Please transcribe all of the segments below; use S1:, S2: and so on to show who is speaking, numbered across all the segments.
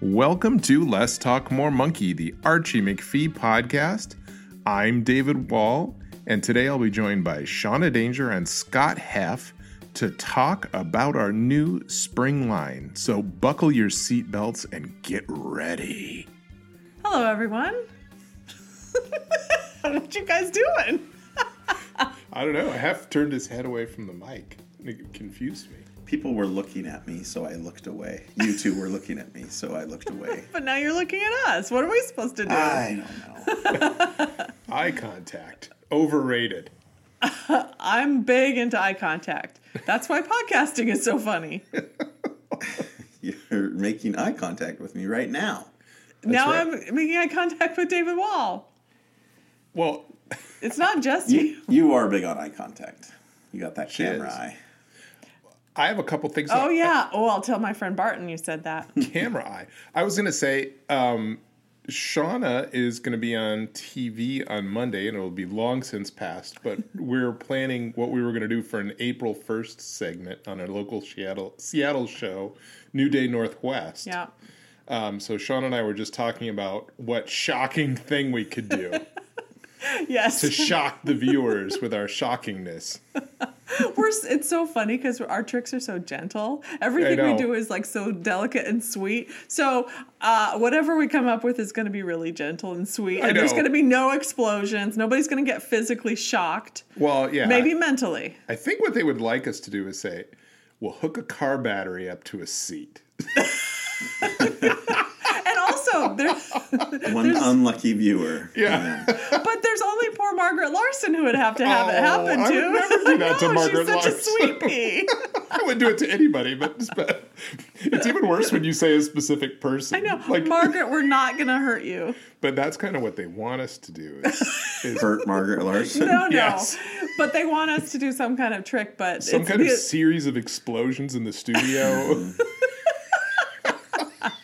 S1: Welcome to Less Talk More Monkey, the Archie McPhee podcast. I'm David Wall, and today I'll be joined by Shauna Danger and Scott Heff to talk about our new spring line. So buckle your seatbelts and get ready.
S2: Hello, everyone. what you guys doing?
S1: I don't know. Heff turned his head away from the mic. It confused me.
S3: People were looking at me, so I looked away. You two were looking at me, so I looked away.
S2: But now you're looking at us. What are we supposed to do?
S3: I don't know.
S1: Eye contact. Overrated.
S2: I'm big into eye contact. That's why podcasting is so funny.
S3: You're making eye contact with me right now.
S2: now
S1: right.
S2: I'm making eye contact with David Wall.
S1: Well,
S2: It's not just you.
S3: You are big on eye contact. You got that camera
S1: is.
S3: eye.
S1: I have a couple things.
S2: Oh, yeah. Oh, I'll tell my friend Barton you said that.
S1: camera eye. I was gonna say, um, Shauna is gonna be on TV on Monday, and it'll be long since past. But we're planning what we were gonna do for an April first segment on our local Seattle Seattle show, New Day Northwest.
S2: Yeah.
S1: Um, so Shauna and I were just talking about what shocking thing we could do
S2: Yes.
S1: to shock the viewers with our shockingness.
S2: We're, s- it's so funny because our tricks are so gentle. Everything we
S1: know.
S2: do is like so delicate and sweet. So uh, whatever we come up with is going to be really gentle and sweet.
S1: I
S2: And there's
S1: know.
S2: going to be no explosions. Nobody's going to get physically shocked.
S1: Well, yeah.
S2: Maybe mentally.
S1: I think what they would like us to do is say, "We'll hook a car battery up to a seat."
S2: And also, there,
S3: One unlucky viewer.
S1: Yeah.
S2: but there's only poor Margaret Larson who would have to have it
S1: Oh,
S2: happen
S1: I
S2: to.
S1: would never do that to
S2: No,
S1: Margaret
S2: she's such a
S1: Larson.
S2: sweet pea.
S1: I wouldn't do it to anybody, but it's, bad. it's even worse when you say a specific person.
S2: I know.
S1: Like,
S2: Margaret, we're not going to hurt you.
S1: but that's kind of what they want us to do. is
S3: Hurt Margaret Larson.
S2: No, no.
S1: Yes.
S2: But they want us to do some kind of trick, but
S1: some
S2: it's
S1: kind of
S2: the-
S1: series of explosions in the studio.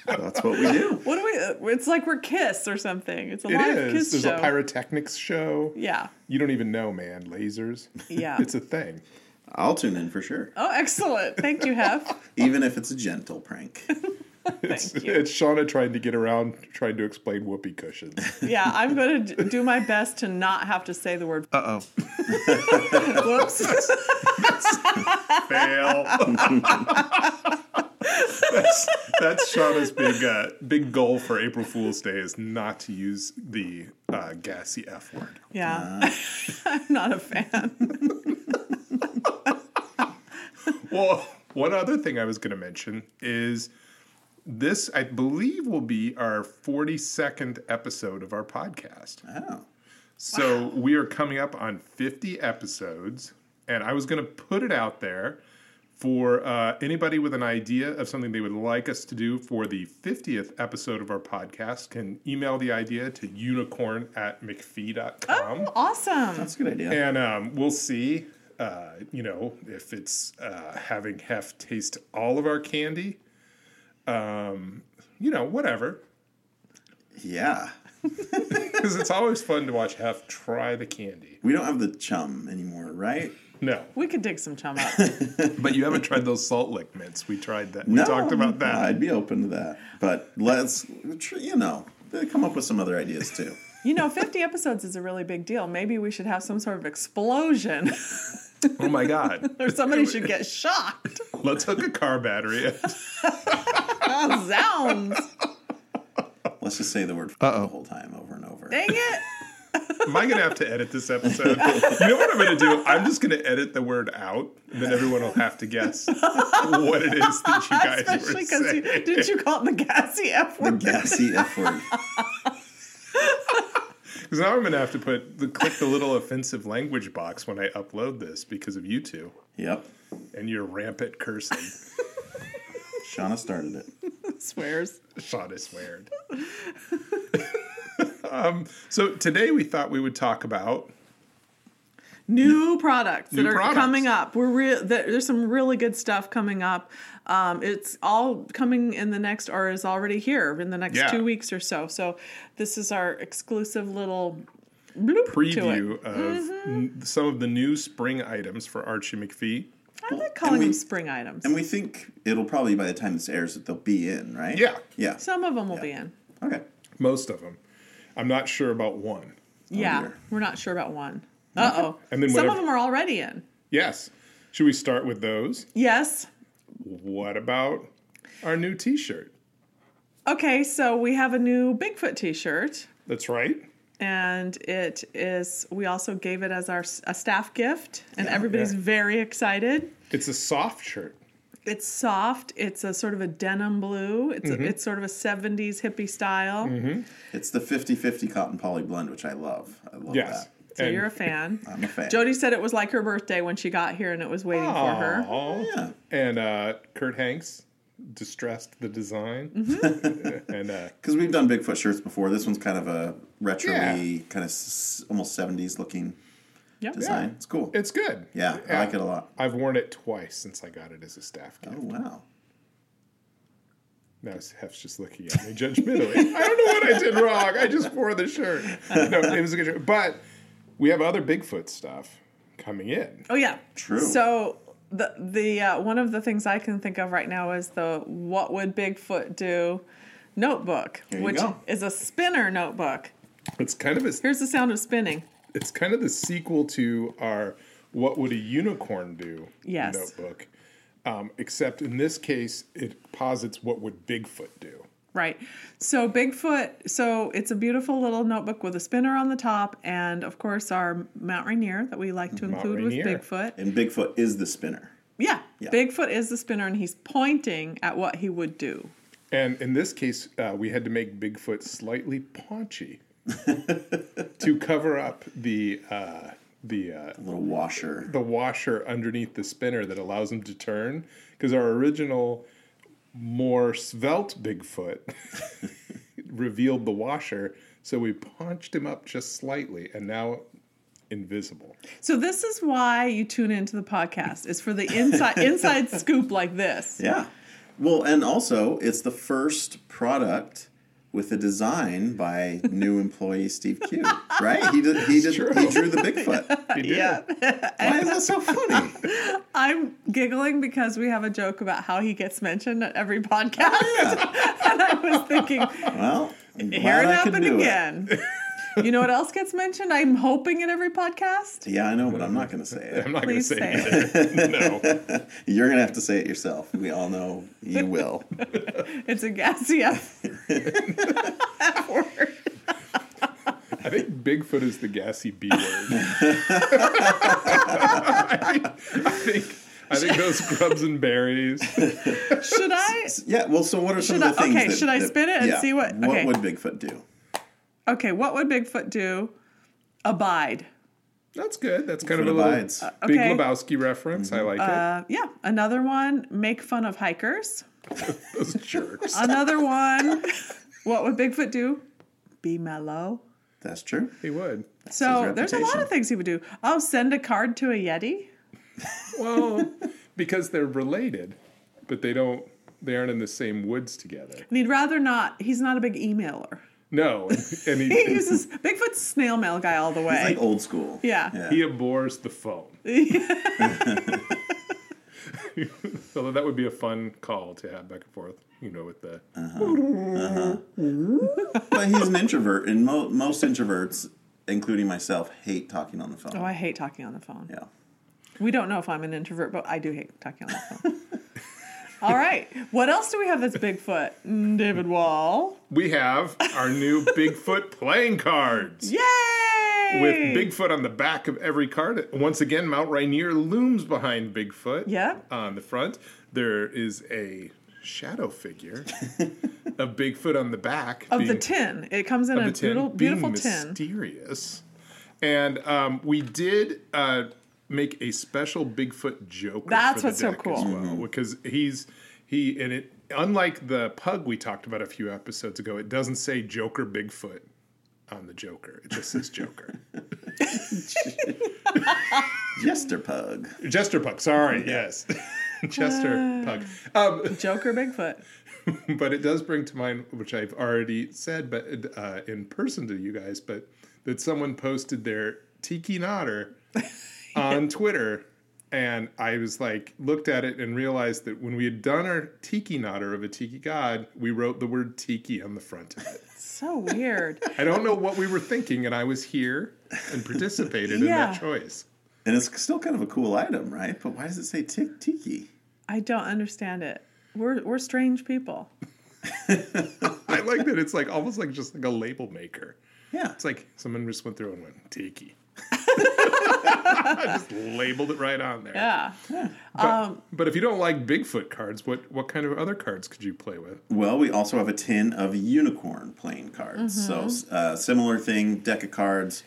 S3: That's what we do.
S2: What do we? uh, It's like we're Kiss or something. It's a
S1: it
S2: live
S1: is.
S2: Kiss
S1: There's
S2: show.
S1: a pyrotechnics show.
S2: yeah.
S1: You don't even know, man. Lasers.
S2: Yeah.
S1: It's a thing.
S3: I'll tune in for sure.
S2: Oh, excellent! Thank you, Hef.
S3: Even if it's a gentle prank.
S1: It's,
S2: you.
S1: it's Shauna trying to get around, trying to explain whoopee cushions.
S2: Yeah, I'm gonna d- do my best to not have to say the word.
S1: Uh oh.
S2: Whoops.
S1: Fail. that's, that's Shauna's big uh, big goal for April Fool's Day is not to use the uh, gassy F word.
S2: Yeah, I'm not a fan.
S1: Well, one other thing I was going to mention is this, I believe, will be our 42nd episode of our podcast.
S3: Oh.
S1: So we are coming up on 50 episodes, and I was going to put it out there for uh, anybody with an idea of something they would like us to do for the 50th episode of our podcast can email the idea to unicorn at mcfee.com
S2: Oh, Awesome.
S3: That's a good idea.
S1: and um, we'll see. Uh, you know, if it's uh, having Hef taste all of our candy, um, you know, whatever,
S3: Yeah.
S1: because it's always fun to watch Hef try the candy.
S3: We don't have the chum anymore, right?
S1: No,
S2: We could dig some chum up.
S1: but you haven't tried those salt lick mints. We tried that.
S3: No,
S1: we talked about that.
S3: I'd be open to that. But let's, tr- you know, come up with some other ideas too.
S2: You know, 50 episodes is a really big deal. Maybe we should have some sort of explosion,
S1: Oh my god!
S2: or somebody should get shocked.
S1: Let's hook a car battery.
S2: Zounds!
S3: Let's just say the word "fuck" the whole time over and over.
S2: Dang it!
S1: Am I gonna have to edit this episode? You know what I'm gonna do? I'm just gonna edit the word out, and then everyone will have to guess what it is that you guys
S2: Especially
S1: were saying.
S2: because you, did you call it the gassy F word?
S3: Gassy F word.
S1: Because now I'm going to have to put the, click the little offensive language box when I upload this because of you two
S3: Yep.
S1: and your rampant cursing.
S3: Shauna started it.
S2: Swears.
S1: Shot is sweared. um, so today we thought we would talk about
S2: new products that
S1: New
S2: are
S1: products.
S2: coming up. We're re- there, there's some really good stuff coming up. Um, it's all coming in the next, or is already here in the next
S1: Yeah.
S2: two weeks or so. So this is our exclusive little bloop to it.
S1: preview of n- some of the new spring items for Archie McPhee.
S2: I like calling
S3: we-
S2: them spring items.
S3: And we think it'll probably by the time this airs that they'll be in, right?
S1: Yeah.
S3: Yeah.
S2: Some of them will be in.
S3: okay.
S1: Most of them. I'm not sure about one.
S2: Yeah,
S3: dear.
S2: we're not sure about one. Uh oh.
S1: And then
S2: some of
S1: whatever-
S2: them are already in.
S1: Yes. Should we start with those?
S2: Yes.
S1: What about our new t shirt?
S2: Okay, so we have a new Bigfoot T-shirt,
S1: That's right.
S2: and it is. We also gave it as our s- a staff gift, and everybody's very excited.
S1: It's a soft shirt.
S2: It's soft. It's a sort of a denim blue. It's
S3: Mm-hmm.
S2: a, it's sort of a '70s hippie style.
S3: It's the 50-50 cotton poly blend, which I love. I love
S1: Yes.
S2: Oh,
S3: that.
S2: So
S1: And-
S2: you're a fan.
S3: I'm a fan.
S2: Jody said it was like her birthday when she got here, and it was waiting for her.
S1: Aw.
S3: Yeah.
S1: And uh, Kurt Hanks distressed the design.
S3: Mm-hmm.
S1: and uh,
S3: Because we've done Bigfoot shirts before. This one's kind of a retro
S1: Yeah.
S3: kind of s- almost 70s looking
S2: Yep.
S3: design. It's cool.
S1: it's good.
S3: yeah, I like it a lot.
S1: I've worn it twice since I got it as a staff gift.
S3: Oh, wow.
S1: Now Hef's just looking at me judgmentally. I don't know what I did wrong. I just wore the shirt. No, it was a good shirt. But we have other Bigfoot stuff coming in.
S2: Oh yeah.
S3: True.
S2: So the the uh, one of the things I can think of right now is the "What Would Bigfoot Do" notebook,
S3: There you
S2: which
S3: go.
S2: is a spinner notebook.
S1: It's kind of a,
S2: Here's the sound of spinning.
S1: it's kind of the sequel to our "What Would a Unicorn Do?"
S2: Yes.
S1: notebook. Um, except in this case, it posits what would Bigfoot do.
S2: Right. So Bigfoot. So it's a beautiful little notebook with a spinner on the top, and of course our Mount Rainier that we like to include
S1: Rainier.
S2: with Bigfoot.
S3: And Bigfoot is the spinner.
S2: Yeah, Bigfoot is the spinner, and he's pointing at what he would do.
S1: And in this case, uh, we had to make Bigfoot slightly paunchy to cover up the uh, the uh,
S3: A little washer.
S1: the washer underneath the spinner that allows him to turn because our original more svelte Bigfoot revealed the washer, so we paunched him up just slightly, and now invisible.
S2: So this is why you tune into the podcast is for the inside inside scoop like this.
S3: Yeah. Well, and also, it's the first product with a design by new employee Steve Q. Right? He did, he, did, he drew the Bigfoot.
S2: Uh,
S1: He did.
S3: Why is that so funny?
S2: I'm giggling because we have a joke about how he gets mentioned at every podcast. and I was thinking,
S3: Well, I'm
S2: here
S3: glad
S2: it
S3: I could
S2: happened
S3: do
S2: again. you know what else gets mentioned? I'm hoping at every podcast.
S3: it. Yeah, I know, but I'm not going to say it.
S1: I'm not going to
S2: Please
S1: say
S2: say
S1: it. no.
S3: You're going to have to say it yourself. We all know you will.
S2: It's a gassy F word.
S1: I think Bigfoot is the gassy B word. I, think, I think I think those grubs and berries.
S2: Should I?
S3: Yeah, well, so what are some
S2: Should
S3: of the
S2: I-
S3: things
S2: okay,
S3: that-
S2: should I
S3: that-
S2: spin it and
S3: yeah,
S2: see what-
S3: What
S2: okay.
S3: would Bigfoot do?
S2: Okay, what would Bigfoot do? Abide.
S1: That's good. That's kind
S3: Bigfoot
S1: of a little
S3: abides. Uh,
S1: Big
S2: okay.
S1: Lebowski reference. I like
S2: Uh, yeah, another one, make fun of hikers.
S1: it. Those jerks.
S2: Another one, what would Bigfoot do? Be mellow.
S3: That's true.
S1: He would.
S2: So
S3: his
S2: there's a lot
S3: reputation.
S2: of things he would do. Oh, send a card to a Yeti.
S1: Well, because they're related, but they don't. They aren't in the same woods together.
S2: And he'd rather not. He's not a big emailer.
S1: No, and
S2: He
S1: he,
S2: uses Bigfoot's snail mail guy all the way.
S3: Like old school.
S2: Yeah.
S1: he abhors the phone. Although that would be a fun call to have back and forth, you know, with the
S3: But he's an introvert, and mo- most introverts, including myself, hate talking on the phone.
S2: oh, I hate talking on the phone.
S3: yeah.
S2: We don't know if I'm an introvert, but I do hate talking on the phone. all right. What else do we have that's Bigfoot? Mm, David Wall.
S1: we have our new Bigfoot playing cards.
S2: Yay!
S1: With Bigfoot on the back of every card. Once again, Mount Rainier looms behind Bigfoot.
S2: Yeah.
S1: On the front, there is a shadow figure of Bigfoot on the back
S2: Of the
S1: being-
S2: tin. It comes in a
S1: the tin
S2: beautiful,
S1: being
S2: beautiful tin.
S1: mysterious. And um, we did uh, make a special Bigfoot joke.
S2: That's what's so cool.
S1: As well, Because he's he and it unlike the pug we talked about a few episodes ago, it doesn't say Joker Bigfoot on the Joker. It just says Joker.
S3: Jester Pug.
S1: Jester Pug, sorry, yes. Jester Pug. Um,
S2: Joker Bigfoot.
S1: but it does bring to mind, which I've already said, but uh, in person to you guys, but that someone posted their tiki otter on Twitter and I was like looked at it and realized that when we had done our tiki knotter of a tiki god, we wrote the word tiki on the front of it.
S2: So weird.
S1: I don't know what we were thinking, and I was here and participated in
S2: Yeah.
S1: that choice.
S3: And it's still kind of a cool item, right? But why does it say tick tiki?
S2: I don't understand it. We're we're strange people.
S1: I like that it's like almost like just like a label maker.
S3: Yeah.
S1: It's like someone just went through and went tiki. I just labeled it right on there.
S2: Yeah.
S1: But, but if you don't like Bigfoot cards, what what kind of other cards could you play with?
S3: Well, we also have a tin of unicorn playing cards. So, uh, similar thing, deck of cards.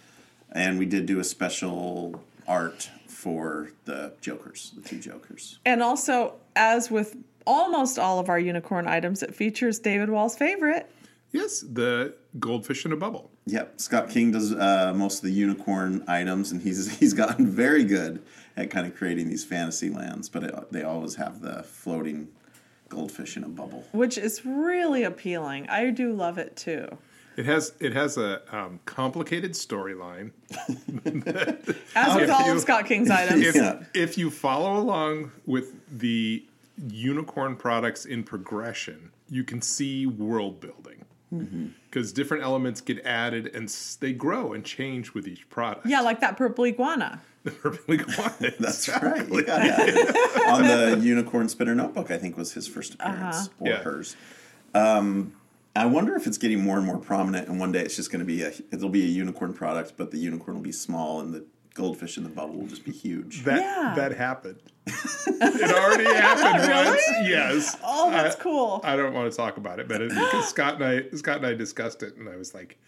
S3: And we did do a special art for the Jokers, the two Jokers.
S2: And also, as with almost all of our unicorn items, it features David Wall's favorite.
S1: Yes, the goldfish in a bubble.
S3: Yep. Scott King does uh, most of the unicorn items, and he's he's gotten very good at kind of creating these fantasy lands. But it, they always have the floating goldfish in a bubble.
S2: which is really appealing. I do love it too.
S1: It has it has a um, complicated storyline.
S2: As with all
S1: you-
S2: of Scott King's items.
S1: If
S3: Yeah.
S1: if you follow along with the unicorn products in progression, you can see world building because different elements get added and s- they grow and change with each product.
S2: yeah, like that purple iguana.
S1: Perfectly quiet.
S3: That's right. You got that. On the Unicorn Spinner Notebook, I think was his first
S2: Uh-huh.
S3: appearance or
S1: Yeah.
S3: hers. Um, I wonder if it's getting more and more prominent, and one day it's just going to be a it'll be a unicorn product, but the unicorn will be small, and the goldfish in the bubble will just be huge.
S1: That
S2: Yeah.
S1: that happened. it already happened once. Yes.
S2: Oh, that's cool.
S1: I don't want to talk about it, but it, because Scott and I Scott and I discussed it, and I was like,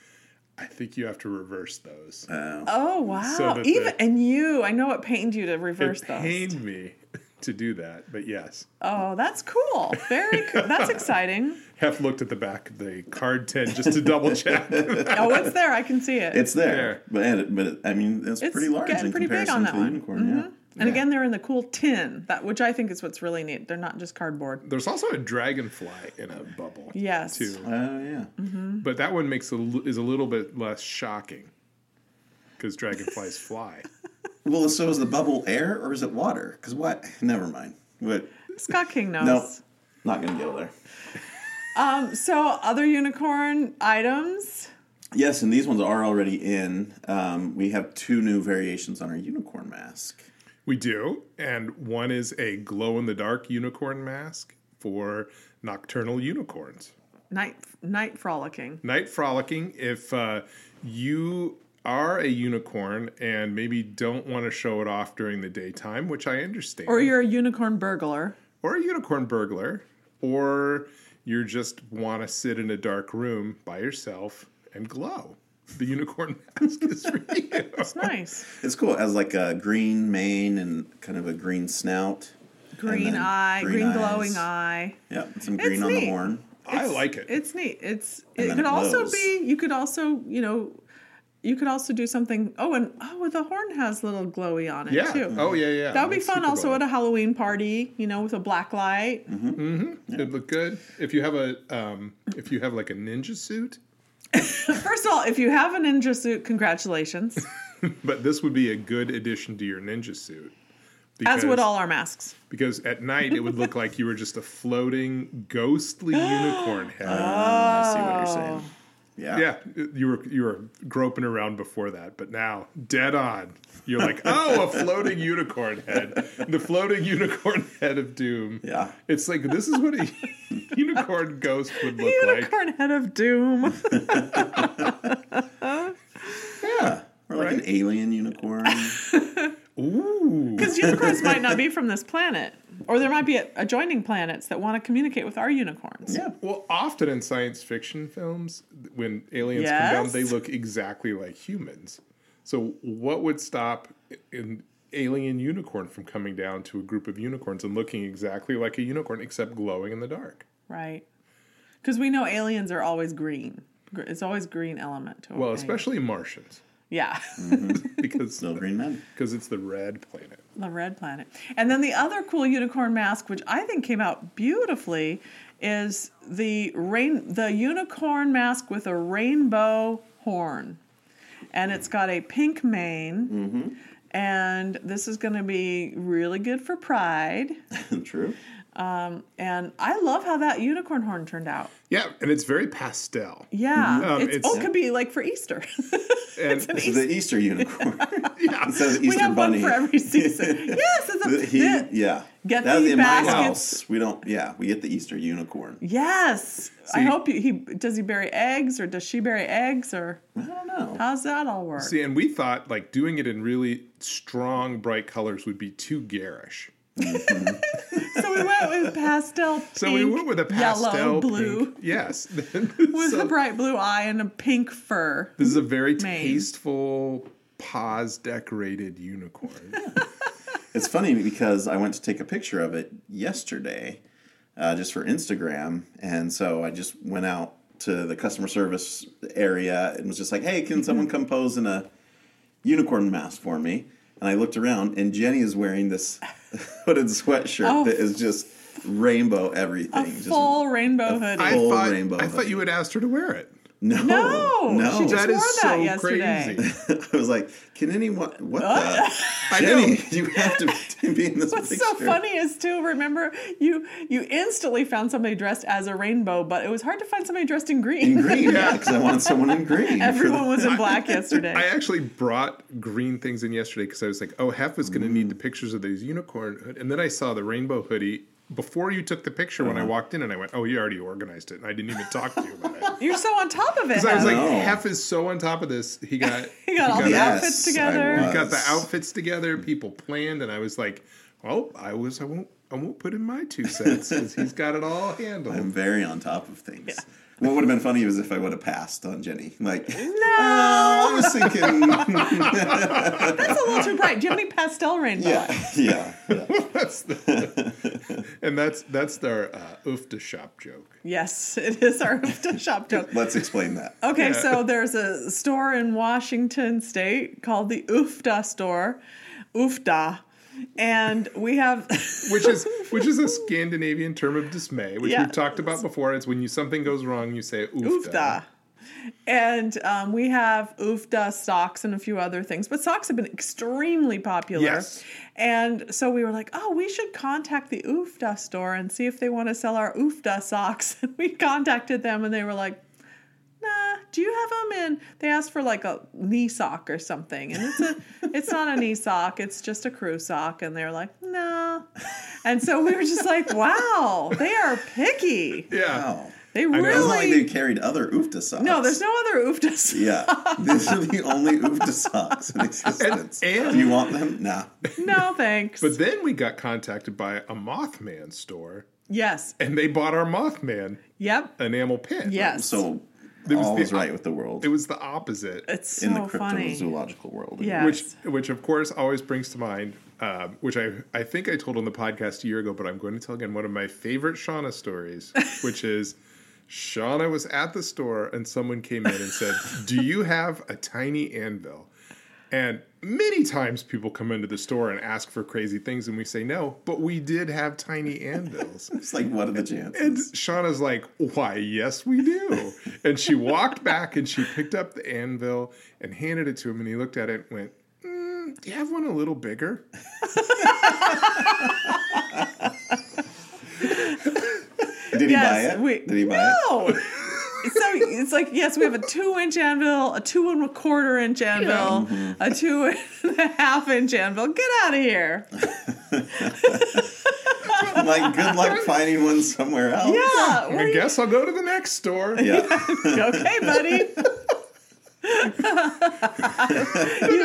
S1: I think you have to reverse those.
S2: oh wow.
S1: so that
S2: Even
S1: the-
S2: and you, I know it pained you to reverse
S1: it
S2: those.
S1: pained me to do that, but yes,
S2: Oh, that's cool. Very cool. that's exciting.
S1: Hef looked at the back of the card tin just to double check.
S2: Oh, it's there. I can see it.
S3: It's there,
S1: There.
S3: but it, but it, I mean it's,
S2: It's
S3: pretty large
S2: getting
S3: in
S2: pretty big
S3: comparison
S2: on
S3: to
S2: that
S3: the
S2: one.
S3: unicorn. Yeah.
S2: and again, they're in the cool tin, that which I think is what's really neat. They're not just cardboard.
S1: There's also a dragonfly in a bubble.
S2: Yes.
S1: Too,
S3: Oh yeah.
S2: Mm-hmm.
S1: but that one makes a, l- is a little bit less shocking because dragonflies fly.
S3: Well, so is the bubble air or is it water? Because what? Never mind. But
S2: Scott King knows.
S3: no, not going to go there.
S2: Um, so other unicorn items.
S3: Yes, and these ones are already in. Um, we have two new variations on our unicorn mask.
S1: We do, and one is a glow in the dark unicorn mask for nocturnal unicorns.
S2: Night night frolicking.
S1: Night frolicking. If uh, you are a unicorn and maybe don't want to show it off during the daytime, which I understand,
S2: Or you're a unicorn burglar.
S1: or a unicorn burglar, or you just want to sit in a dark room by yourself and glow. The unicorn mask is for you.
S3: Oh.
S2: Nice.
S3: It's cool. It has like a green mane and kind of a green snout.
S2: Green
S3: then
S2: eye, green,
S3: green
S2: glowing
S3: eyes.
S2: eye.
S3: Yep, some green on the
S2: neat.
S3: horn. Oh,
S1: I like it.
S2: It's neat. It's
S3: And
S2: it
S3: then
S2: could
S3: it
S2: also
S3: glows.
S2: be you could also, you know, you could also do something oh and oh the horn has little glowy on it
S1: yeah.
S2: too.
S1: Oh yeah, yeah.
S2: that would be
S1: That's
S2: fun
S1: super
S2: also
S1: cool. Mm-hmm.
S2: at a Halloween party, you know, with a black light.
S1: It'd look good if you have a um, if you have like a ninja suit.
S2: First of all, if you have a ninja suit, congratulations.
S1: But this would be a good addition to your ninja suit.
S2: as would
S1: because-
S2: all our masks.
S1: because at night it would look like you were just a floating ghostly unicorn head.
S3: I see what you're
S2: Oh.
S3: saying. Yeah.
S1: yeah, you were you were groping around before that, but now dead on. You're like, oh, a floating unicorn head, the floating unicorn head of doom.
S3: Yeah.
S1: It's like this is what a unicorn ghost would look like.
S2: Unicorn head of doom.
S3: Yeah. Or like an alien unicorn.
S1: Ooh,
S2: Because unicorns might not be from this planet, or there might be adjoining planets that want to communicate with our unicorns.
S3: yeah.
S1: Well, often in science fiction films, when aliens come down,
S2: Yes?
S1: they look exactly like humans. So, what would stop an alien unicorn from coming down to a group of unicorns and looking exactly like a unicorn, except glowing in the dark?
S2: Right. Because we know aliens are always green. Gr- It's always green element. To
S1: Well,
S2: an
S1: especially Martians,
S2: alien. yeah,
S1: because
S3: No green men.
S1: because it's the red planet.
S2: the red planet. And then the other cool unicorn mask, which I think came out beautifully, is the rain the unicorn mask with a
S3: Mm-hmm.
S2: rainbow horn, and it's got a pink mane. And this is going to be really good for Pride.
S3: True.
S2: And I love how that unicorn horn turned out.
S1: Yeah, and it's very pastel.
S2: Yeah.
S1: Um,
S2: it's,
S1: it's-
S2: oh, it could be like for Easter.
S1: And
S3: It's the Easter unicorn.
S1: yeah,
S3: Instead of
S2: we
S3: Easter
S2: have
S3: bunny.
S2: one for every season. yes. It's a,
S3: The- he,
S2: thi-
S3: yeah.
S2: Get
S3: That's
S2: these
S3: in my
S2: baskets.
S3: house. We don't. Yeah, we get the Easter unicorn.
S2: yes. I
S1: See-
S2: hope you, he does he bury eggs or does she bury eggs or
S3: I don't know.
S2: how's that all work?
S1: see, and we thought like doing it in really strong, bright colors would be too garish.
S2: so we went with pastel
S1: So we
S2: pink,
S1: went with a pastel pink-
S2: yellow, blue.
S1: Yes,
S2: With
S1: So
S2: a bright blue eye and a pink fur.
S1: this is a very
S2: mane.
S1: tasteful, pause-decorated unicorn.
S3: It's funny because I went to take a picture of it yesterday, uh, just for Instagram, and so I just went out to the customer service area and was just like, "Hey, can someone come pose in a unicorn mask for me?" And I looked around, and Jenny is wearing this hooded sweatshirt
S2: Oh.
S3: that is just rainbow
S2: A
S3: everything.
S2: full rainbow hoodie.
S1: I
S3: Full
S1: thought
S3: rainbow
S1: I thought you
S3: hoodie.
S1: had asked her to wear it.
S3: just, no,
S2: No,
S3: no.
S2: she just
S1: That
S2: wore
S1: is
S2: that
S1: so
S2: yesterday.
S1: crazy.
S3: I was like, "Can anyone? What the?"
S1: I
S3: Jenny,
S1: know.
S3: you have to be, in this
S2: What's
S3: picture.
S2: Uh, so funny is too. Remember, you you instantly found somebody dressed as a rainbow, but it was hard to find somebody dressed in green.
S3: In green, yeah, because I wanted someone in green. for the-
S2: Everyone was in black yesterday.
S1: I actually brought green things in yesterday because I was like, oh, Hef is going to need
S3: Mm.
S1: the pictures of these unicorn. hood- And then I saw the rainbow hoodie before you took the picture when I
S3: Uh-huh.
S1: walked in and I went, oh, you already organized it. And I didn't even talk to you about it.
S2: You're so on top of it.
S1: So I was
S2: Hannah.
S1: like,
S3: No.
S1: Hef is so on top of this. He got,
S2: He got all the
S1: out-
S3: Yes,
S2: outfits
S3: I
S2: together.
S3: was.
S1: he got the outfits together. People planned. And I was like, oh, I was, I won't, I won't put in my two cents because he's got it all handled.
S3: I'm very on top of things. What would have been funny was if I would have passed on Jenny. Like, "Oh,
S1: "Uh."
S2: no,
S3: I was thinking,
S2: that's a little too bright. Do you have any pastel rainbow?
S3: yeah, yeah, yeah.
S1: and that's, that's their uh, oof to shop joke.
S2: Yes, it is our shop joke.
S3: Let's explain that.
S2: Okay, so there's a store in Washington State called the Ufda store, Ufda, and we have
S1: which is which is a Scandinavian term of dismay, which
S2: Yeah.
S1: we've talked about before. It's when you something goes wrong, you say oofda.
S2: Ufda. And um, we have Ufda socks and a few other things, but socks have been extremely popular.
S1: Yes.
S2: And so we were like, oh, we should contact the Ufda store and see if they want to sell our Ufda socks. And we contacted them and they were like, nah, do you have them? And they asked for like a knee sock or something. And it's a, it's not a knee sock, it's just a crew sock. And they're like, no. And so we were just like, wow, they are picky.
S1: Yeah.
S3: Wow.
S2: They
S1: know.
S2: really
S3: It's not like they carried other oofta socks.
S2: no, there's no other oofdas.
S3: Yeah, these are the only oofta socks in existence.
S1: and-
S3: Do you want them? Nah.
S2: No, thanks.
S1: But then we got contacted by a Mothman store,
S2: yes.
S1: and they bought our Mothman
S2: Yep.
S1: enamel pin.
S2: Yes.
S3: Uh, So
S1: was
S3: all
S1: the-
S3: is right with the world
S1: it was the opposite,
S2: it's so
S3: in the
S2: funny.
S3: cryptozoological world.
S2: Yeah.
S1: which
S2: yes.
S1: which of course always brings to mind, um, which I I think I told on the podcast a year ago, but I'm going to tell again one of my favorite Shauna stories, which is. Shauna was at the store and someone came in and said, Do you have a tiny anvil? And many times people come into the store and ask for crazy things, and we say no, but we did have tiny anvils.
S3: It's like what are the chances?
S1: And Shauna's like, Why, yes, we do. And she walked back and she picked up the anvil and handed it to him, and he looked at it and went, mm, Do you have one a little bigger?
S3: Did he
S2: yes.
S3: buy it?
S2: we-
S3: Did he buy it?
S2: no. so it's like yes, we have a two-inch anvil, a two and a quarter inch anvil,
S3: Mm-hmm.
S2: a two and a half inch anvil. Get out of here.
S3: I'm like, good luck finding one somewhere else.
S2: Yeah. where
S1: I
S2: you-
S1: guess I'll go to the next store.
S3: Yeah.
S2: okay, buddy. you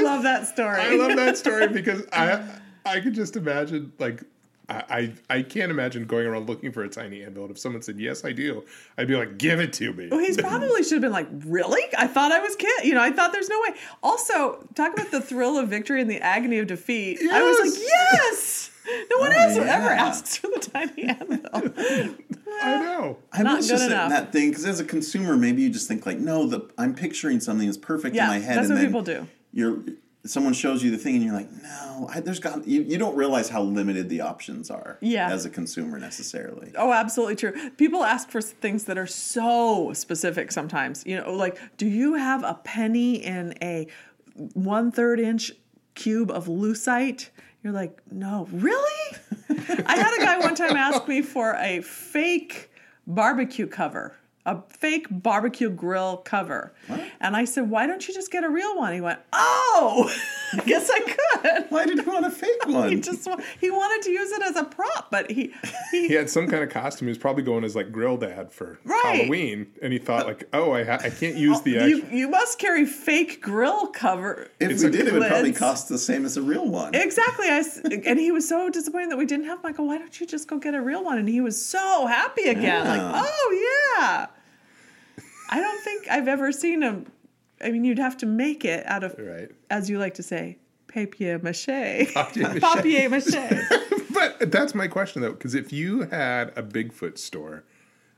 S2: love that story.
S1: I love that story because I I could just imagine like I, I I can't imagine going around looking for a tiny anvil. And If someone said yes, I do, I'd be like, give it to me.
S2: Well, Oh, he's probably should have been like, really? I thought I was kid. You know, I thought there's no way. Also, talk about the thrill of victory and the agony of defeat. I was like, yes. No one else ever
S3: yeah.
S2: asks for the tiny anvil.
S1: I know.
S3: I
S2: Not
S3: was
S2: good
S3: just
S2: enough.
S3: in that thing because as a consumer, maybe you just think like, no, the I'm picturing something that's perfect
S2: Yeah,
S3: in my head.
S2: that's
S3: and
S2: what
S3: then
S2: people do.
S3: You're someone shows you the thing, and you're like, no, I, there's got you, you. don't realize how limited the options are.
S2: Yeah.
S3: as a consumer necessarily.
S2: oh, absolutely true. People ask for things that are so specific sometimes. You know, like, do you have a penny in a one third inch cube of lucite. You're like, no, really? I had a guy one time ask me for a fake barbecue cover, a fake barbecue grill cover. And I said, why don't you just get a real one? He went, oh, I guess I could.
S3: Why did you want a fake one?
S2: He just wa- he wanted to use it as a prop, but he, he
S1: He had some kind of costume. He was probably going as like grill dad for
S2: Right.
S1: Halloween, and he thought like, "Oh, I ha- I can't use the actual."
S2: you, you must carry fake grill cover.
S3: if
S1: It's
S3: we
S1: a
S3: did, it would probably
S2: glitz.
S3: cost the same as a real one.
S2: Exactly. I s and he was so disappointed that we didn't have. Michael, why don't you just go get a real one? And he was so happy again. Like,
S3: Yeah.
S2: oh yeah. I don't think I've ever seen him. I mean, you'd have to make it out of,
S1: Right.
S2: as you like to say, papier mache,
S1: Papier-mâché.
S2: papier mache.
S1: But that's my question though, because if you had a Bigfoot store,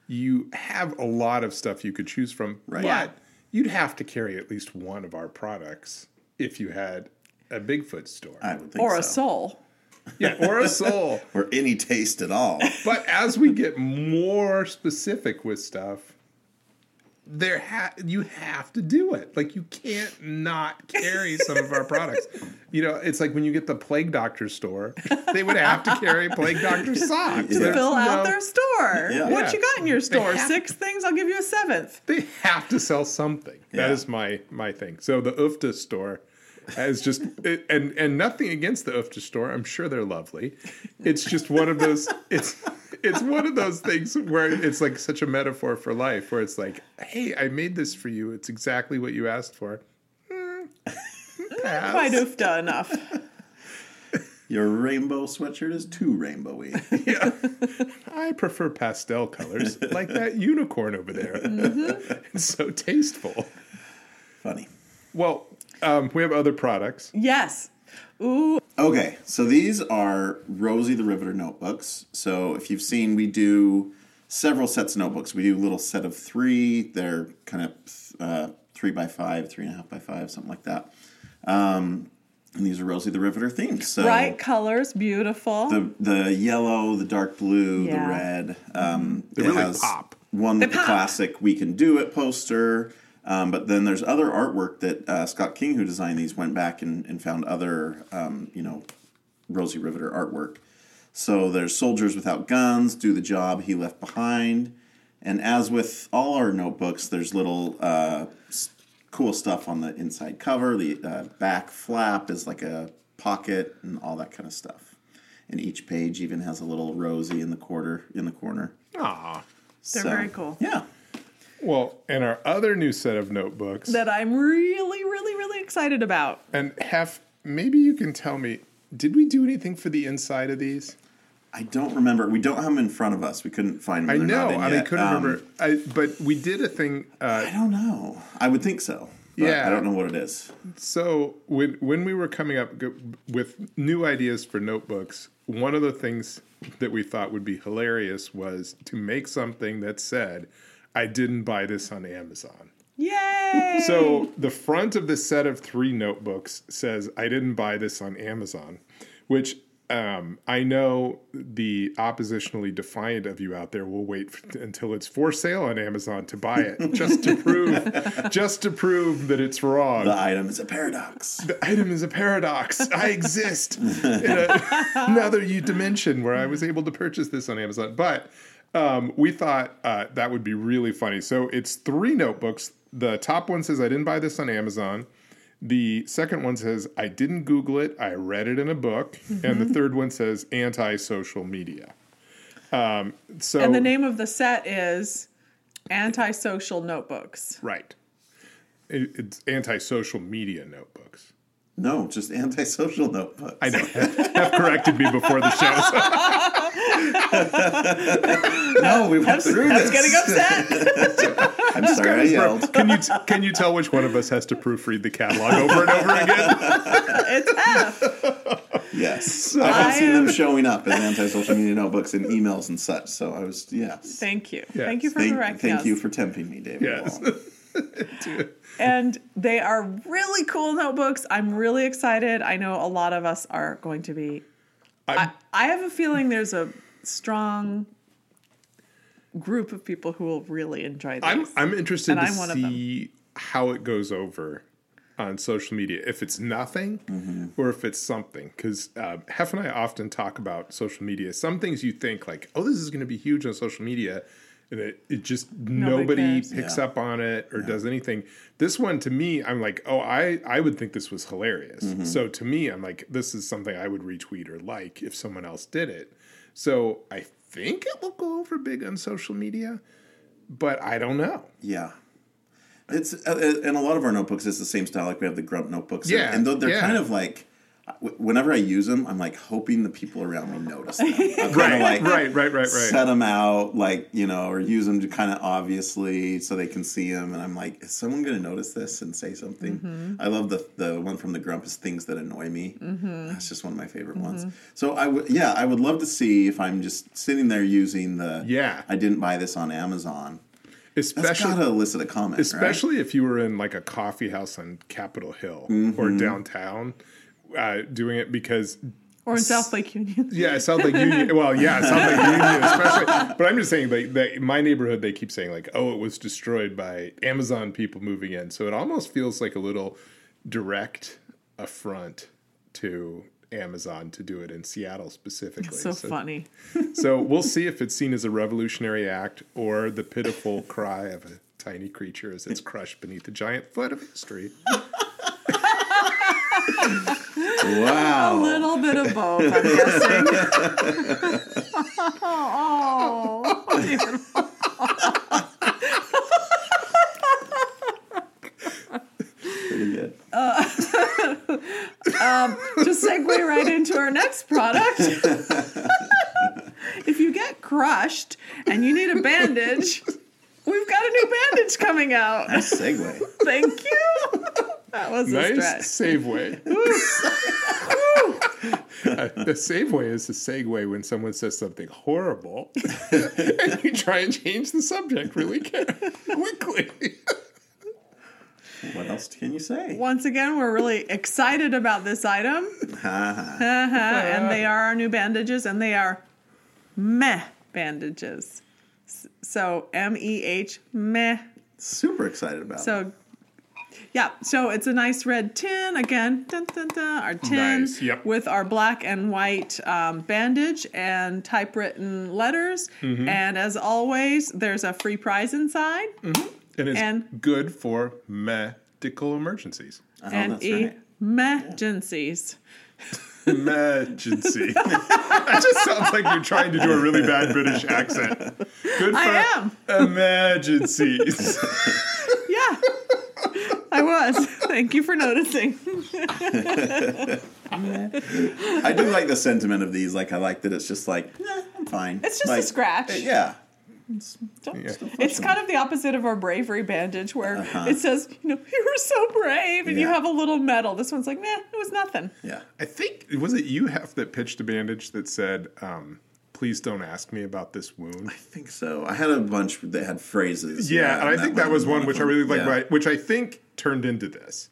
S1: you have a lot of stuff you could choose from, but
S3: Right.
S2: Yeah.
S1: you'd have to carry at least one of our products if you had a Bigfoot store,
S3: I would think
S2: or a
S3: so.
S2: soul.
S1: yeah, or a soul.
S3: Or any taste at all.
S1: but as we get more specific with stuff there ha- you have to do it like you can't not carry some of our products you know it's like when you get the plague doctor store they would have to carry plague doctor socks
S3: To
S1: There's
S2: Fill out
S1: no-
S2: their store.
S3: Yeah.
S2: What
S1: Yeah.
S2: you got in your store?
S1: have-
S2: Six things. I'll give you a seventh.
S1: they have to sell something that
S3: Yeah.
S1: is my my thing so the ufta store is just it, and and nothing against the ufta store i'm sure they're lovely it's just one of those it's it's one of those things where it's like such a metaphor for life where it's like hey i made this for you it's exactly what you asked for Mm, pass.
S2: Quite oofda enough.
S3: Your rainbow sweatshirt is too rainbowy.
S1: Yeah. I prefer pastel colors, like that unicorn over there. It's so tasteful.
S3: Funny.
S1: Well, um, we have other products.
S2: Yes. Ooh.
S3: Okay, so these are Rosie the Riveter notebooks. So if you've seen, we do several sets of notebooks. We do a little set of three. They're kind of uh, three by five, three and a half by five, something like that. Um, and these are Rosie the Riveter themes. So
S2: Bright colors, beautiful.
S3: the the yellow, the dark blue,
S2: Yeah.
S3: the red. Um,
S1: They
S3: it
S1: really
S3: has
S1: pop.
S3: One with the
S2: pop.
S3: classic "We Can Do It" poster, um, but then there's other artwork that uh, Scott King, who designed these, went back and, and found other, um, you know, Rosie Riveter artwork. So there's soldiers without guns, do the job he left behind, and as with all our notebooks, there's little uh, s- cool stuff on the inside cover. The uh, back flap is like a pocket, and all that kind of stuff. And each page even has a little Rosie in the quarter in the corner.
S1: Aw.
S2: They're very cool.
S3: Yeah.
S1: Well, and our other new set of notebooks,
S2: that I'm really, really, really excited about.
S1: and Hef, maybe you can tell me, did we do anything for the inside of these?
S3: I don't remember. We don't have them in front of us. We couldn't find them.
S1: I
S3: They're
S1: know,
S3: not in
S1: and I
S3: yet.
S1: couldn't
S3: Um,
S1: remember. I, but we did a thing. Uh,
S3: I don't know. I would think so. but
S1: Yeah.
S3: I don't know what it is.
S1: so when when we were coming up g- with new ideas for notebooks, one of the things that we thought would be hilarious was to make something that said, "I didn't buy this on Amazon."
S2: Yay!
S1: So the front of the set of three notebooks says, "I didn't buy this on Amazon," which um, I know the oppositionally defiant of you out there will wait f- until it's for sale on Amazon to buy it, just to prove, just to prove that it's wrong.
S3: The item is a paradox.
S1: the item is a paradox. I exist in a, another u- dimension where I was able to purchase this on Amazon. But um, we thought uh, that would be really funny. So it's three notebooks. The top one says, I didn't buy this on Amazon. The second one says, I didn't Google it. I read it in a book. And the
S2: Mm-hmm.
S1: third one says, anti social media. Um, so
S2: and the name of the set is Antisocial Notebooks.
S1: Right. It, it's anti social media notebooks.
S3: No, just antisocial notebooks.
S1: I know. Have corrected me before the show. so-
S3: No, we went through
S2: That's
S3: this.
S2: getting upset.
S3: I'm sorry I yelled.
S1: Can you can you tell which one of us has to proofread the catalog over and over again?
S2: it's F.
S3: Yes. I have
S2: I
S3: seen
S2: am-
S3: them showing up as antisocial media notebooks and emails and such. So I was, yes.
S2: Thank you.
S1: Yes.
S2: Thank you for
S3: Thank,
S2: correcting
S3: thank
S2: us.
S3: you for tempting me, David.
S1: Yes.
S3: Wall.
S2: and they are really cool notebooks. I'm really excited. I know a lot of us are going to be. I,
S1: I'm-
S2: I have a feeling there's a strong group of people who will really enjoy these.
S1: I'm I'm interested
S2: And
S1: to
S2: I'm one of them.
S1: see how it goes over on social media if it's nothing or if it's something. Because uh, Hef and I often talk about social media. Some things you think like, oh, this is going to be huge on social media, and it, it just nobody,
S2: cares.
S1: picks
S3: Yeah.
S1: up on it or does anything. This one to me, I'm like, oh, I I would think this was hilarious.
S3: Mm-hmm.
S1: So to me, I'm like, this is something I would retweet or like if someone else did it. So I think it will go over big on social media, but I don't know.
S3: Yeah. It's uh, uh, and a lot of our notebooks is the same style. Like we have the Grump notebooks,
S1: Yeah,
S3: and, though they're
S1: yeah.
S3: kind of like, w- whenever I use them, I'm like hoping the people around me notice them. I'm kind of like
S1: right, right, right, right.
S3: set them out, like you know, or use them to kind of obviously so they can see them. And I'm like, is someone going to notice this and say something?
S1: Mm-hmm.
S3: I love the the one from the Grump is things that annoy me.
S1: Mm-hmm.
S3: That's just one of my favorite ones. So I would, yeah, I would love to see if I'm just sitting there using the
S1: Yeah.
S3: I didn't buy this on Amazon. That's
S1: especially
S3: gotta elicit a comment, right?
S1: especially if you were in like a coffee house on Capitol Hill or
S3: Mm-hmm.
S1: downtown uh, doing it because
S2: Or in South Lake Union.
S1: yeah, it sounds like union. Well, yeah, it sounds like union, especially. But I'm just saying, like, that in my neighborhood, they keep saying like, "Oh, it was destroyed by Amazon people moving in," so it almost feels like a little direct affront to Amazon to do it in Seattle specifically.
S2: So funny.
S1: So we'll see if it's seen as a revolutionary act or the pitiful cry of a tiny creature as it's crushed beneath the giant foot of history.
S3: Wow.
S2: A little bit of both, I'm guessing. oh, David.
S3: Pretty good.
S2: just segue right into our next product. if you get crushed and you need a bandage, we've got a new bandage coming out.
S3: Segway.
S2: Thank you. That was a
S1: Nice
S2: stretch.
S1: save way. Uh, the save way is the segue when someone says something horrible and you try and change the subject really care- quickly.
S3: What else can you say?
S2: Once again, we're really excited about this item.
S1: Oh,
S3: Ha, ha.
S2: Uh-huh. And they are our new bandages, and they are meh bandages. S- So M E H, meh.
S3: Super excited about it.
S2: So, yeah, so it's a nice red tin again. Dun, dun, dun, our tin
S1: Nice, yep.
S2: with our black and white um, bandage and typewritten letters.
S1: Mm-hmm.
S2: And as always, there's a free prize inside.
S3: Mm.
S1: And it's
S2: And-
S1: good for medical emergencies.
S3: Oh,
S2: and
S3: that's
S1: E.
S3: right.
S2: emergencies.
S1: Emergency. that just sounds like you're trying to do a really bad British accent. Good for
S2: I
S1: emergencies.
S2: Yeah, I was. Thank you for noticing.
S3: I do like the sentiment of these. Like, I like that it's just like, nah, I'm fine.
S2: It's just
S3: Like,
S2: a scratch.
S3: Yeah.
S2: Don't-
S1: Yeah.
S2: It's kind of the opposite of our bravery bandage, where it says, you know, you were so brave, and you
S3: Uh-huh.
S2: have
S3: Yeah.
S2: a little medal. This one's like, man, it was nothing.
S3: Yeah.
S1: I think was it you Hef, that pitched a bandage that said, um, "Please don't ask me about this wound."
S3: I think so. I had a bunch that had phrases.
S1: Yeah, and I think that was one which I really like,
S3: Yeah.
S1: right, which I think turned into this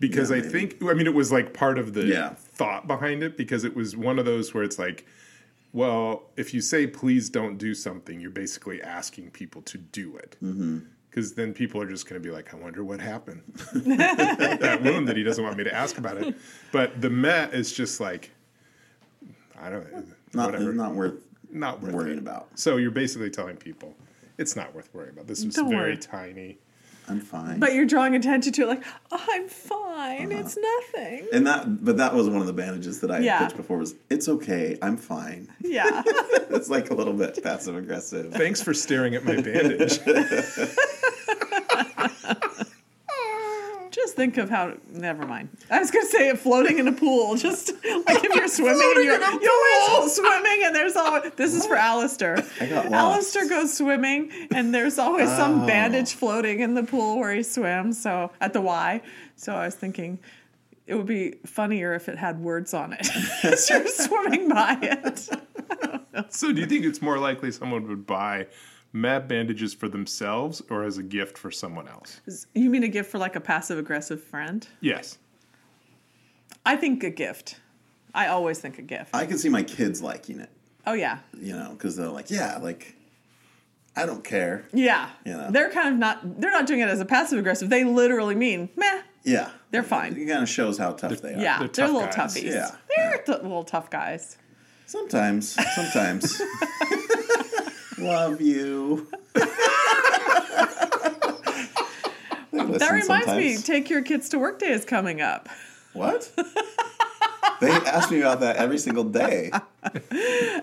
S1: because
S3: Yeah,
S1: I
S3: maybe.
S1: think I mean it was like part of the
S3: Yeah.
S1: thought behind it because it was one of those where it's like, well, if you say please don't do something, you're basically asking people to do it.
S3: Mm-hmm.
S1: Because then people are just going to be like, I wonder what happened. that wound that he doesn't want me to ask about it. But the Met is just like, I don't,
S3: Not,
S1: whatever,
S3: not worth
S1: not worth
S3: worrying
S1: it.
S3: about.
S1: So you're basically telling people it's not worth worrying about. This was
S2: Don't
S1: very
S2: worry.
S1: tiny.
S3: I'm fine.
S2: But you're drawing attention to it, like, I'm fine.
S3: Uh-huh.
S2: It's nothing.
S3: and that, but that was one of the bandages that I had
S2: Yeah.
S3: pitched before. Was it's okay? I'm fine.
S2: Yeah.
S3: it's like a little bit passive aggressive.
S1: Thanks for staring at my bandage.
S2: just think of how. Never mind. I was gonna say it floating in a pool. Just like if you're swimming and you're, you're always swimming and there's always this is for Alistair.
S3: I got lost. Oh.
S2: Alistair goes swimming and there's always some bandage floating in the pool where he swims. So at the Y. So I was thinking. It would be funnier if it had words on it as you're swimming by it.
S1: so do you think it's more likely someone would buy map bandages for themselves or as a gift for someone else?
S2: You mean a gift for like a passive aggressive friend?
S1: Yes.
S2: I think a gift. I always think a gift.
S3: I can see my kids liking it.
S2: oh yeah,
S3: You know, because they're like, yeah, like I don't care.
S2: yeah.
S3: You know.
S2: They're kind of not. They're not doing it as a passive aggressive. They literally mean meh.
S3: Yeah.
S2: They're fine.
S3: It kind of shows how tough they are.
S2: Yeah,
S1: They're
S2: they're,
S1: tough
S2: little
S1: guys.
S2: toughies.
S3: Yeah.
S2: They're t- little tough guys.
S3: Sometimes. Sometimes. Love you.
S2: That reminds me, take your kids to work day is coming up.
S3: What? they ask me about that every single day. I'm like,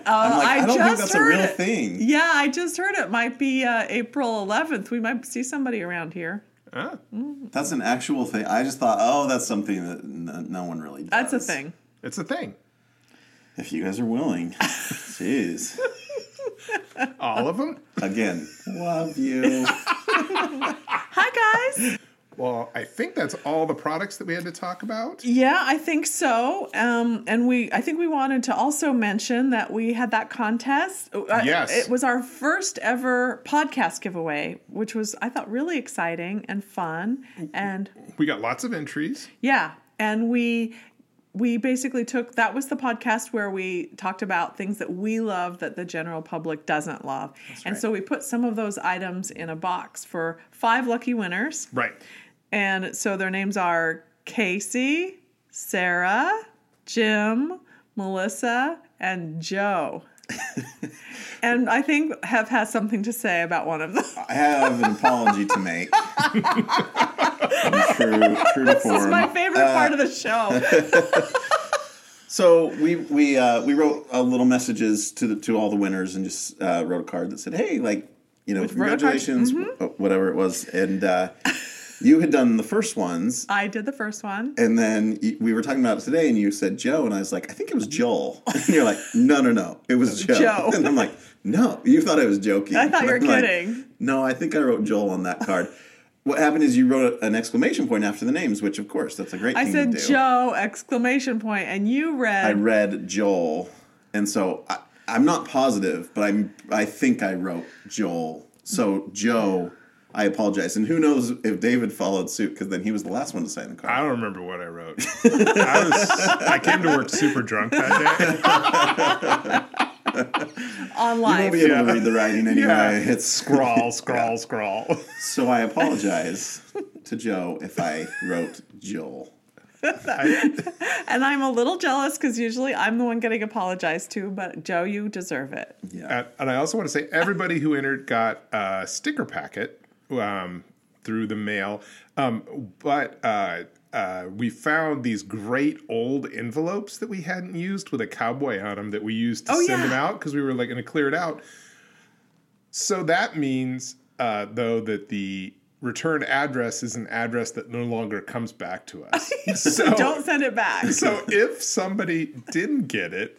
S3: I,
S2: I
S3: don't think
S2: just
S3: that's a
S2: heard
S3: real
S2: it.
S3: thing.
S2: Yeah, I just heard it might be uh, April 11th. We might see somebody around here.
S1: Ah,
S3: That's an actual thing. I just thought, oh, that's something that n- no one really does.
S2: That's a thing.
S1: it's a thing.
S3: If you guys are willing. Jeez.
S1: All of them.
S3: Again, love you.
S2: Hi, guys.
S1: Well, I think that's all the products that we had to talk about.
S2: Yeah, I think so. Um, and we, I think we wanted to also mention that we had that contest. Uh,
S1: Yes.
S2: it was our first ever podcast giveaway, which was I thought really exciting and fun. And
S1: We got lots of entries.
S2: yeah, and we we basically took that was the podcast where we talked about things that we love that the general public doesn't love, and
S3: right.
S2: so we put some of those items in a box for five lucky winners.
S1: Right.
S2: And so their names are Casey, Sarah, Jim, Melissa, and Joe. and I think Hev has something to say about one of them.
S3: I have an apology to make. In true, true to
S2: This is
S3: form. Uh,
S2: my favorite part of the show.
S3: So we we uh, we wrote a little messages to the, to all the winners and just uh, wrote a card that said, "Hey, like you know,
S2: wrote a card?
S3: congratulations,
S2: Mm-hmm.
S3: wh- whatever it was." And uh, you had done the first ones,
S2: I did the first one.
S3: and then y- we were talking about it today, and you said Joe, and I was like, "I think it was Joel," and you're like, "No, no, no, it was Joe."
S2: Joe.
S3: And I'm like, "No, you thought I was joking."
S2: I thought you were
S3: I'm like,
S2: kidding.
S3: no, I think I wrote Joel on that card. What happened is you wrote an exclamation point after the names, which of course that's a great
S2: I
S3: thing
S2: said
S3: to do.
S2: Joe exclamation point, and you
S3: I
S2: read
S3: read Joel, and so I, I'm not positive, but I'm I think I wrote Joel. So Joe, I apologize, and who knows if David followed suit because then he was the last one to sign the
S1: I
S3: card.
S1: don't remember what I wrote. I, was, I came to work super drunk that day.
S2: on
S3: You won't
S2: live.
S3: be able
S1: Yeah.
S3: to read the writing anyway. It's
S1: Scrawl, scrawl, scrawl.
S3: so I apologize to Joe if I wrote Joel.
S2: And I'm a little jealous because usually I'm the one getting apologized to, but Joe, you deserve it.
S3: Yeah,
S1: Uh, And, and I also want to say everybody who entered got a sticker packet um, through the mail. Um, but uh, uh, we found these great old envelopes that we hadn't used with a cowboy on them that we used to
S2: Oh,
S1: send
S2: yeah.
S1: them out because we were like going to clear it out. So that means, uh, though, that the return address is an address that no longer comes back to us. so
S3: Oh.
S2: Don't send it back.
S1: so if somebody didn't get it,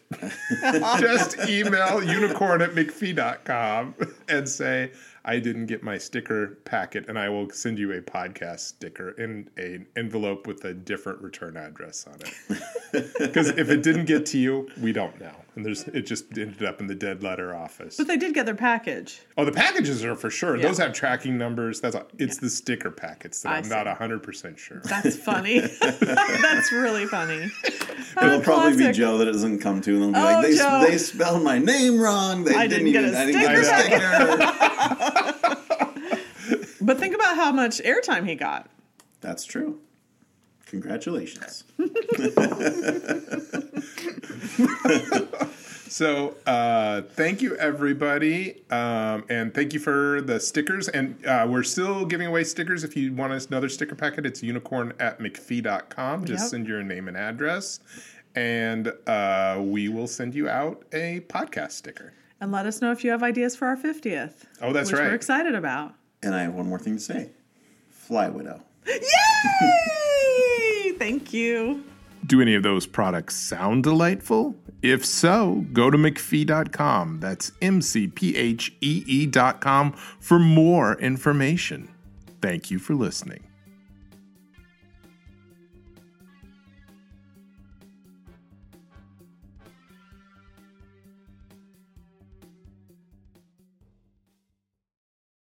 S1: just email unicorn at mcfee.com and say, I didn't get my sticker packet, and I will send you a podcast sticker in an envelope with a different return address on it. Because if it didn't get to you, we don't know. And there's it just ended up in the dead letter office.
S2: But they did get their package.
S1: Oh, the packages are for sure.
S2: Yeah.
S1: Those have tracking numbers. That's all. It's the sticker packets that
S2: I
S1: I'm
S2: see.
S1: not 100% sure.
S2: That's funny. That's really funny.
S3: it'll probably be
S2: classic.
S3: Joe that it doesn't come to, and they'll be
S2: Oh,
S3: like, they,
S2: Joe.
S3: they spelled my name wrong. They
S2: I
S3: didn't,
S2: didn't get
S3: even.
S2: a
S3: I didn't get a sticker.
S2: But think about how much airtime he got.
S3: That's true. Congratulations.
S1: So uh, thank you everybody, um, and thank you for the stickers. And uh, we're still giving away stickers. If you want us another sticker packet, it's unicorn at mcfee.com. Just
S2: Yep.
S1: send your name and address, and uh, we will send you out a podcast sticker.
S2: And let us know if you have ideas for our 50th.
S1: Oh, that's
S2: which
S1: right.
S2: We're excited about.
S3: And I have one more thing to say. Fly Widow.
S2: Yay! Thank you.
S1: Do any of those products sound delightful? If so, go to McPhee.com. That's M C P E H E E.com for more information. Thank you for listening.